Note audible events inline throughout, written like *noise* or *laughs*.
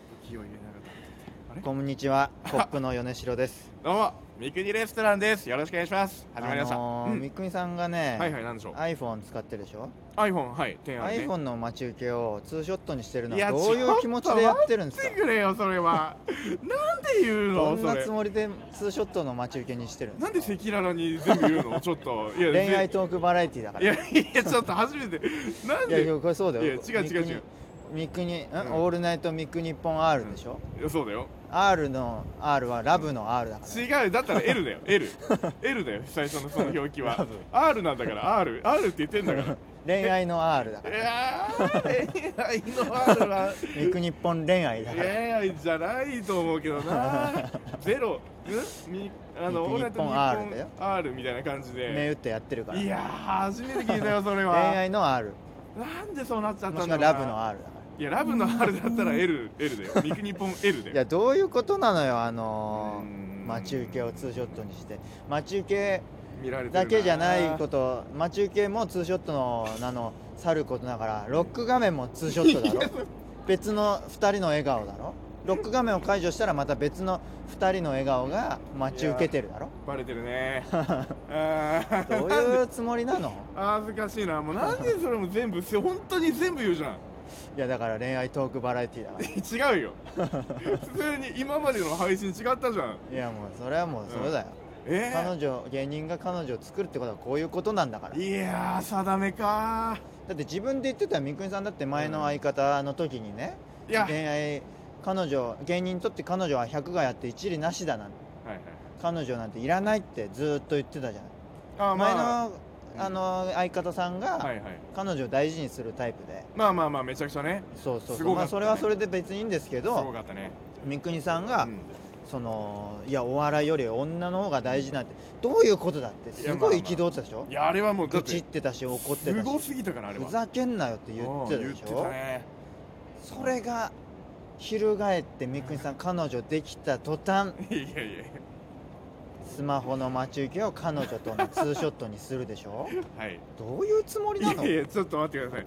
を入れながらあれこんにちは、コップの米 *laughs* 城です。どうも三国レストランですよろしくお願いします始まりました、あのーうんみっくみさんがね、はいはいなんでしょう iPhone 使ってるでしょ、 iPhone はい提案ね iPhone の待ち受けをツーショットにしてるのいやはどういう気持ちでやってるんです待っかてくれよそれ *laughs* はなんで言うどのんそなれつもりでツーショットの待ち受けにしてるんでなんすで赤裸々に全部言う *laughs* のちょっといやか恋ぜ愛トークバラエティだかいら。やいいやちょっと初めてなんや、でいやこれそうだよ。いや違う違う違うミクニ。ミクニ、んうんオールナイトミクニッポン R でしょ、いやそうだよ ?R の R はラブの R だから。違うだったら L だ *laughs* よ L L だよ最初のその表記ラはブ R なんだから RR って言ってんだから恋愛の R だかい *laughs* ら。やー恋愛の R はミクニッポン恋愛だ恋から。愛じゃないと思うけど *laughs* なゼロんみあの日俺本と日 R だ本よ R みたいな感じ目打でってやってるから。いやー初めて聞いたよそれ *laughs* 恋は愛の R。なんでそうなっちゃっもたしんくはだろうなラブの R だから。いやラブの R だったら LL だよ肉日本 L だいよやどういうことなのよあのうーーん待ち受けをツーショットにして待ち受け見られてるなだけじゃないこと待ち受けもツーショットのなのさることながらロック画面もツーショットだろ *laughs* 別の2人の笑顔だろロック画面を解除したらまた別の2人の笑顔が待ち受けてるだろバレてる *laughs* ねあーどうなんでいうつもりなの恥ずかしいなもうなんでそれも全部せ本当に全部言うじゃんいやだから恋愛トークバラエティだから違う *laughs* よ普通に今までの配信違ったじゃんいやもうそれはもうそうだよ、え彼女芸人が彼女を作るってことはこういうことなんだからー、いやー定めかだって自分で言ってたよ三國さんだって前の相方の時にね、ーいや、恋愛彼女芸人にとって彼女は100がやって一理なしだなんてはいはい彼女なんていらないってずーっと言ってたじゃない、あー前のまあ、あの相方さんはがいはい彼女を大事にするタイプで、まあまあまあめちゃくちゃねそうそうすそごう、かまったねあ、それはそれで別にいいんですけすごどかったね三國さんが、うんそのいやお笑いより女の方が大事なんてどういうことだってすごい憤ってたでしょいやあれはもうだっ愚痴てってたし怒ってすたしごすぎたからあれはふざけんなよって言っうてたでしん言ってょたね *laughs* それが翻って三國さん彼女できた途端いやいやいやスマホの待ち受けを彼女とのツーショットにするでしょはい *laughs* どういうつもりいなのやいやちょっと待ってください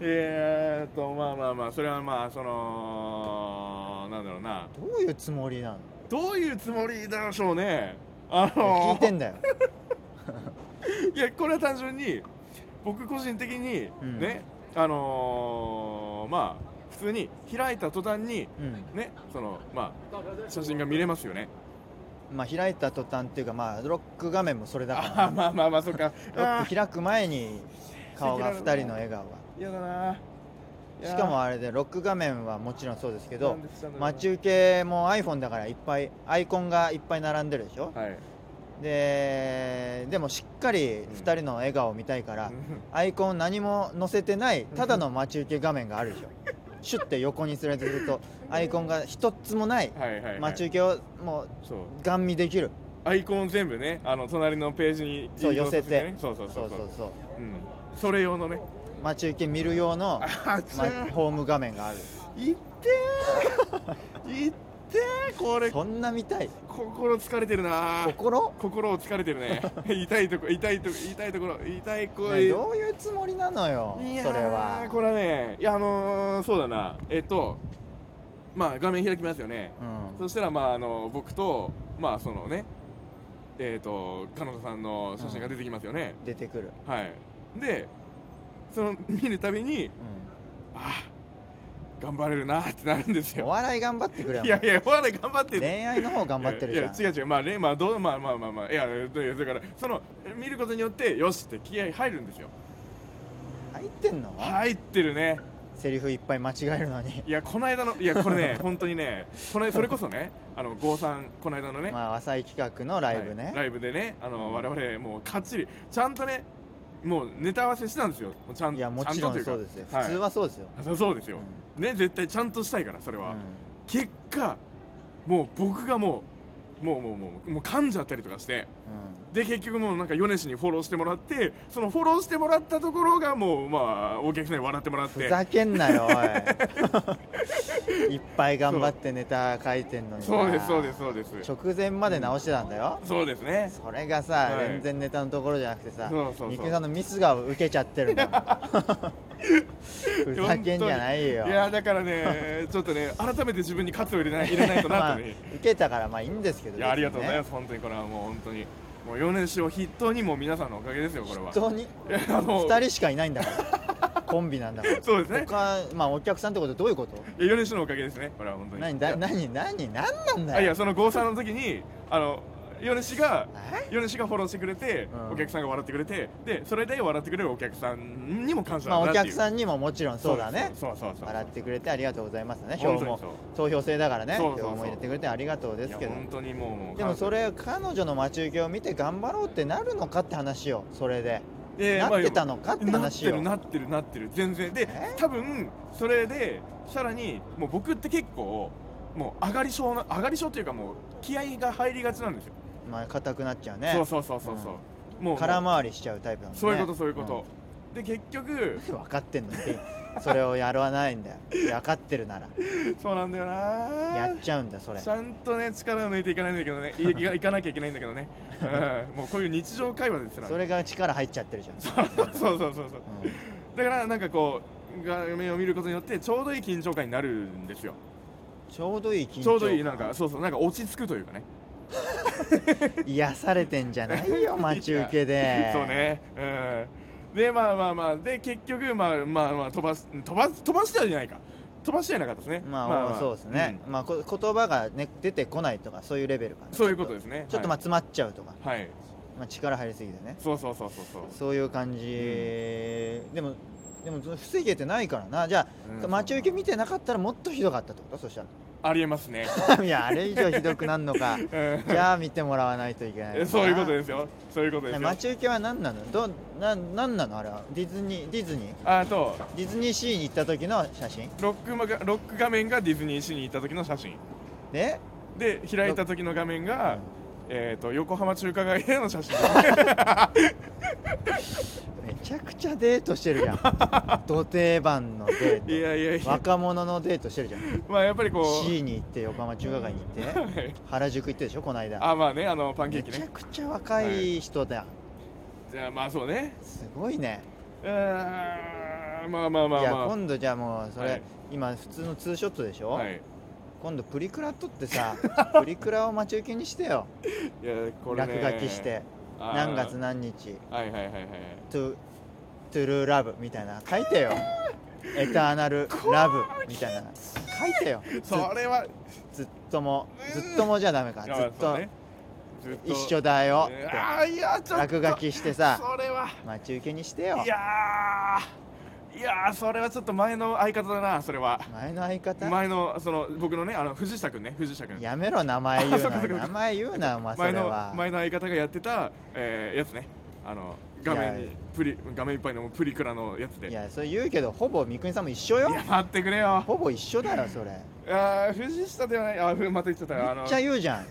えーっとまあまあまあそれはまあそのなんだろうなどういうつもりなのどういうつもりでしょうねあ *laughs* 聞のいてんだよ *laughs* いやこれは単純に僕個人的にうんね、あのーまあ普通に開いた途端に *laughs* うんねそのまあ写真が見れますよねまあ開いた途端っていうかまあロック画面もそれだあーかまあまあまあそっ *laughs* かあらロッーク開く前に顔が2人の笑顔嫌だながしかもあれでロック画面はもちろんそうですけど待ち受受けも iPhone だからいっぱいアイコンがいっぱい並んでるでしょけはいででもしっかり2人の笑顔を見たいから、アイコン何も載せてないただの待ち受け画面が *laughs* あるでしょシュッて横にすれてるとアイコンが一つもない *laughs* はいはい、はい、待ち受けをもうそうガン見できるアイコン全部ねあの隣のページにそう移動さね寄せてそうそうそそううそそううそううん、それ用のね待ち受け見る用の、あちまゃーホーム画面があるいって *laughs* ーいってーこれそんな見たい心疲れてるなー心、心を疲れてる *laughs* ね痛いとこ痛いとこ痛いところ痛い声、ね、どういうつもりなのよいやーそれはこれはねいやあのー、そうだなえっとまあ画面開きますよねうそんしたらまああの僕とまあそのねえっ、と彼女さんの写真が出てきますよね、出てくる、はいでその見るたびにうああ頑張れるなってなるんですん、およ笑い頑張ってくれよいやいやお笑い頑張って恋愛の方頑張ってるじゃんいやいや違う違うまあねまあどうまあまあまあまあいやだからその見ることによってよしって気合入るんですよ入ってんの、入ってるねセリフいっぱい間違える *laughs* のにいやこの間のいやこれね本当にねこのそれこそねあの郷さんこの間のね、まあ浅井企画のライブはねい、ライブでねあの、うん我々もうかっちりちゃんとねもうネタ合わせしたんですよもうちゃんい、やもちろんそうですよ普通ははそうですよ、い、そうですよ、うね絶対ちゃんとしたいからそれんは、結果もう僕がもうもうもうもうもう噛んじゃったりとかしてで結局もうなんか米氏にフォローしてもらってそのフォローしてもらったところがもうまあお客さんに笑ってもらっうんふてざけんな *laughs* よおいいっぱい頑張ってネタ書いてんのになそうですそうですそうです直前まで直してたんだよ、そうですねそれがさ、はい全然ネタのところじゃなくてさそうそうそうみくりさんのミスが受けちゃってるんだもん *laughs* ふざけんじゃないよいやだから *laughs* ねちょっとね改めて自分に喝を入れない入れないとなまっあてね受けたからまあいいんですけどいやありがとうございますす本当にこれはもう本当にもう米市を筆頭にもう皆さんのおかげですよこれは本当にいやあの2人しかいないん *laughs* だからコンビなんだからそうですね他まあお客さんってことどういうこといや米市のおかげですねこれは本当に何いだや何何何なんあだいやよその豪さんの時にあの米市がえ米市がフォローしてくれて、うんお客さんが笑ってくれてでそれで笑ってくれるお客さんにも感謝まだあなおっていう、客さんにももちろんそうだねそうそうそうそう笑ってくれてありがとうございますね票本当にもそう投票制だからねそうそうそう票も入れてくれてありがとうですけいどや本当にもうもうでもそれ彼女の待ち受けを見て頑張ろうってなるのかって話よそれででなってたまのかってあなっ話てよるなってるなってる全然でえ多分それでさらにもう僕って結構もう上がり症な上がり症っていうかもう気合が入りがちなんですよ、まあ硬くなっちゃうねそうそうそうそうそう、もう空回りしちゃうタイプなのねそういうことそういうこと、で結局うん分かってんのにそれをやらないんだよ分かってるならそうなんだよなやっちゃうんだそれちゃんとね力を抜いていかないんだけどねいいいかなきゃいけないんだけどね、うんもうこういう日常会話ですらそれが力入っちゃってるじゃん、そうそうそうそうそううんだからなんかこう画面を見ることによってちょうどいい緊張感になるんですよちょうどいい緊張ちょうどいいなんかそうそうなんか落ち着くというかね癒されてんじゃないよ待ち受けで *laughs* そうねうんでまあまあまあで結局まあまあまあ飛ばす飛ばす飛ばしてはじゃないか飛ばしてはなかったですねまあ、そうですね、、まあこ言葉が、ね、出てこないとかそういうレベルかなうんそういうことちょっですねちょっとまあ待詰まっちゃうとか、はい、はい、まあ、力入りすぎてねそうそうそうそうそうそういう感じ、でもでも防げてないからなじゃあ、うん待ち受け見てなかったらもっとひどかったってことそしたありえますね、ら *laughs* いやあれ以上ひどくなんの *laughs* かうんじゃあ見てもらわないといけないのかなそういうことですよそういうことですよ、待ち受けは何なのどな何なのあれはディズニーディズニーあとディズニーシーに行った時の写真ロックマガロック画面がディズニーシーに行った時の写真でで開いた時の画面が、えー、と横浜中華街での写真 *laughs* めちゃくちゃデートしてる *laughs* じゃんド定番のデいーやいやいトや若者のデートしてるじゃんまあやっぱりこう C に行って横浜中華街に行 *laughs* ってはい原宿行ってでしょこの間あまあねあのパンケーめキちゃねくちゃ若い人だ、じゃあまあそうねすごいね、うーんまあまあまあいやま今度じゃあもうそれ、はい今普通のツーショットでしあょ、はい今度プリクラ撮って *laughs* さプリクラを待ち受けにしてよ、いやこれ落ね書きしてあー何月何日はいはいはいはいトゥトゥルーラブみたいな書い *laughs* てよエターナルラブみたいな書いてよずそれはずっともずっともじゃダメかずいやっとそうねずっと一緒だよねっあーいやちてょっと落書きしてさそれは待ち受けにしてよいやーいやーそれはちょっと前の相方だなそれは前の相方前のその僕のねあの藤下君ね藤下君やめろ名前言 *laughs* うあそっかなそっか名前言うなお前そ前れのは前の相方がやってた、えーやつねあの画面いやにプリ画面いっぱいのプリクラのやつでいいややそれ言うけどほぼ三國さんも一緒よ待ってくれよほぼ一緒だよそれあー藤下ではないあふまた言っちゃったあめのっちゃ言うじゃん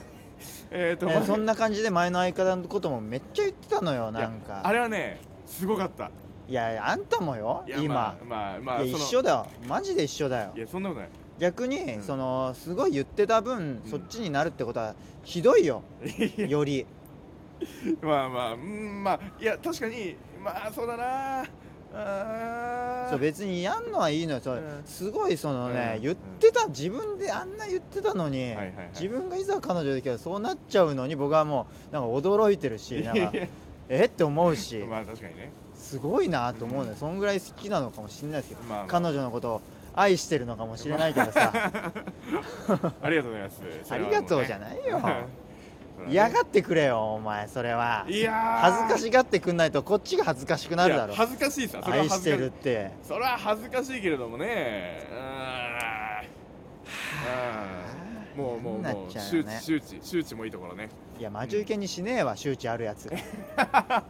えっ、ー、と、ねまそんな感じで前の相方のこともめっちゃ言ってたのよなんいやあかれはねすごかったいやいやあんたもよいや今まあまあ、まあ、いやその一緒だよマジで一緒だよいやそんなことない逆に、うんそのすごい言ってた分、うんそっちになるってことはひどいよよりまあまあうんまあいや確かにまあそうだなあーそう別にやんのはいいのよそう、うんすごいそのね、うん言ってた自分であんな言ってたのに、いはいはい自分がいざ彼女できたらそうなっちゃうのに僕はもうなんか驚いてるしなんかえって思うし、まあ確かにねすごいなと思うね、そんぐらい好きなのかもしれないですけど、まあまあ彼女のことを愛してるのかもしれないけ *laughs* どさ、ありがとうございますそ *laughs* あれはもりねがとうじゃ *laughs* ないよそうだね嫌がってくれよお前それはいや恥ずかししがってくんないとこっちが恥ずかしくなるだろ恥ずかしいさそれは愛恥ずしてかしるいってそれは恥ずかしいけれどもねうーんうんもうもうなっもうちゃう周よ知ね周知周知もいいところねいや待ち受けにしねえわ周知あるや *laughs* つが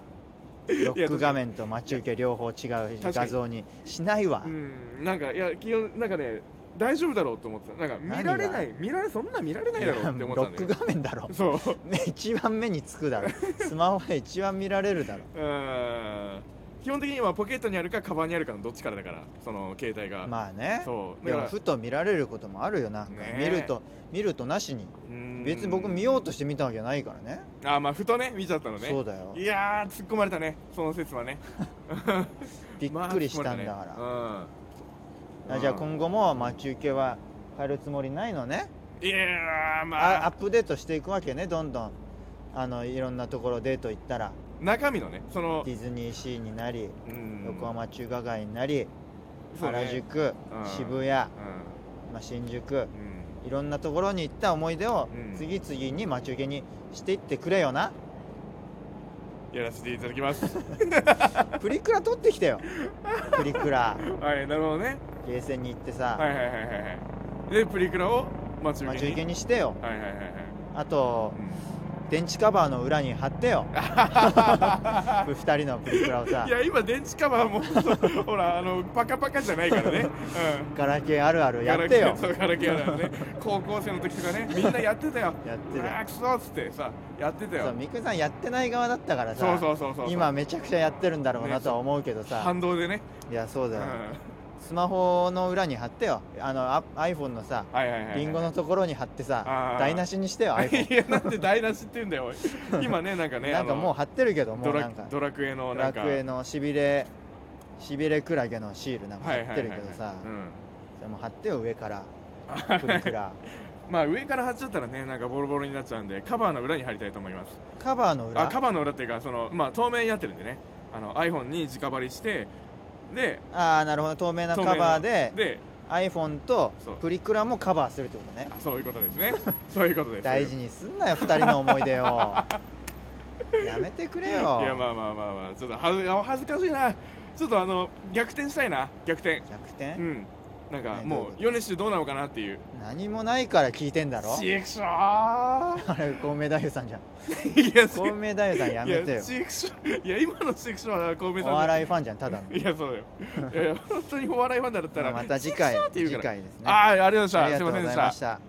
ロック画面と待ち受け両方違うかに画像にしないわうんなんかいや気温なんかね大丈夫だろうと思ってたなんか何が見られない見られそんな見られないだろうって思ロっッてたクんだけ画面だろどそう *laughs* ね一番目につくだろスマホが一番見られるだろうーん基本的にはポケットにあるかカバンにあるかのどっちからだからその携帯が、まあねそうでだかもらふと見られることもあるよなんか、ねえ見ると見るとなしに別に僕見ようとして見たわけじゃないからねてあまあふとね見ちゃったのねそうだよいやー突っ込まれたねその説はねびっくりしたんだから、まああじゃあ今後も待ち受けは変えるつもりないのねうん、いやーまああアップデートしていくわけねどんどんあのいろんなところデート行ったら中身のねそのディズニーシーになりうん横浜中華街になり、そうね原宿、うん渋谷、まあ、新宿うん、うんいろんなところに行った思い出をうん次々に待ち受けにしていってくれ *laughs* よな、やらせていただきます *laughs* プリクラ撮ってきて *laughs* よプリクラはいなるほどねゲーセンに行ってさ、はいはいはいはいはいでプリクラを待ち受待けちに受けにしてよはいはいはいはいあとうん電池カバーの裏に貼っ *laughs* てよ二人のプリクラをさいや今電池カバーもそうほらあのパカパカじゃないからね、ガラケーあるあうるん、やってガラよケーそうガラケーだよね高校生の時とかねみんなやってたよやってたよああクソっつってさやってたそよう三國さんやってない側だったからさそうそうそうそう今めちゃくちゃやってるんだろうなとは思うけどさ、反動でね、いやそううだん、よ、はスマホの裏に貼ってよあのあ iPhone のさいはいはいリンゴのところに貼ってあさー台無しに *laughs* してよ iPhone いやなんで台無しって言うんだよお *laughs* い今ねなんかねなんかもうあ貼ってるけどのもドうなラんかドラクエのドなラんクかエのしびれしびれクラゲのシールなんかはいはい貼っはいてはいるけどさ、うんそれも貼ってよ上 *laughs* からプリクラまあ上から貼っちゃったらねなんかボロボロになっちゃうんでカバーの裏に貼りたいと思いますカバーの裏あカバーの裏っていうかそのまあ透明になってるんでねあの iPhone に直貼りしてであーなるほど透明な透明カなバーでで iPhone とそうプリクラもカバーするってことねあそういうことです *laughs* ねそういうことです大事にすんなよ2人の思い *laughs* 出をやめてくれよいやまあまあまあまあちょっとはずあ恥ずかしいなちょっとあの逆転したいな逆転逆転、うんなんかねどういうもこうとヨネシュどうなのかなっていう何もないから聞いてんだろちくしょー *laughs* あれ孔明太夫さんじゃんいや孔明太夫さんやめていよやちくしょいや今のちくしょは小梅おさん笑いファンじゃんただのいやそうだよいやいや本当にお笑いファンだったらまあまた次ち回くしょーって言う次から回ですあねあありがとうございまあしたすいりがとうまごせんでざいしたました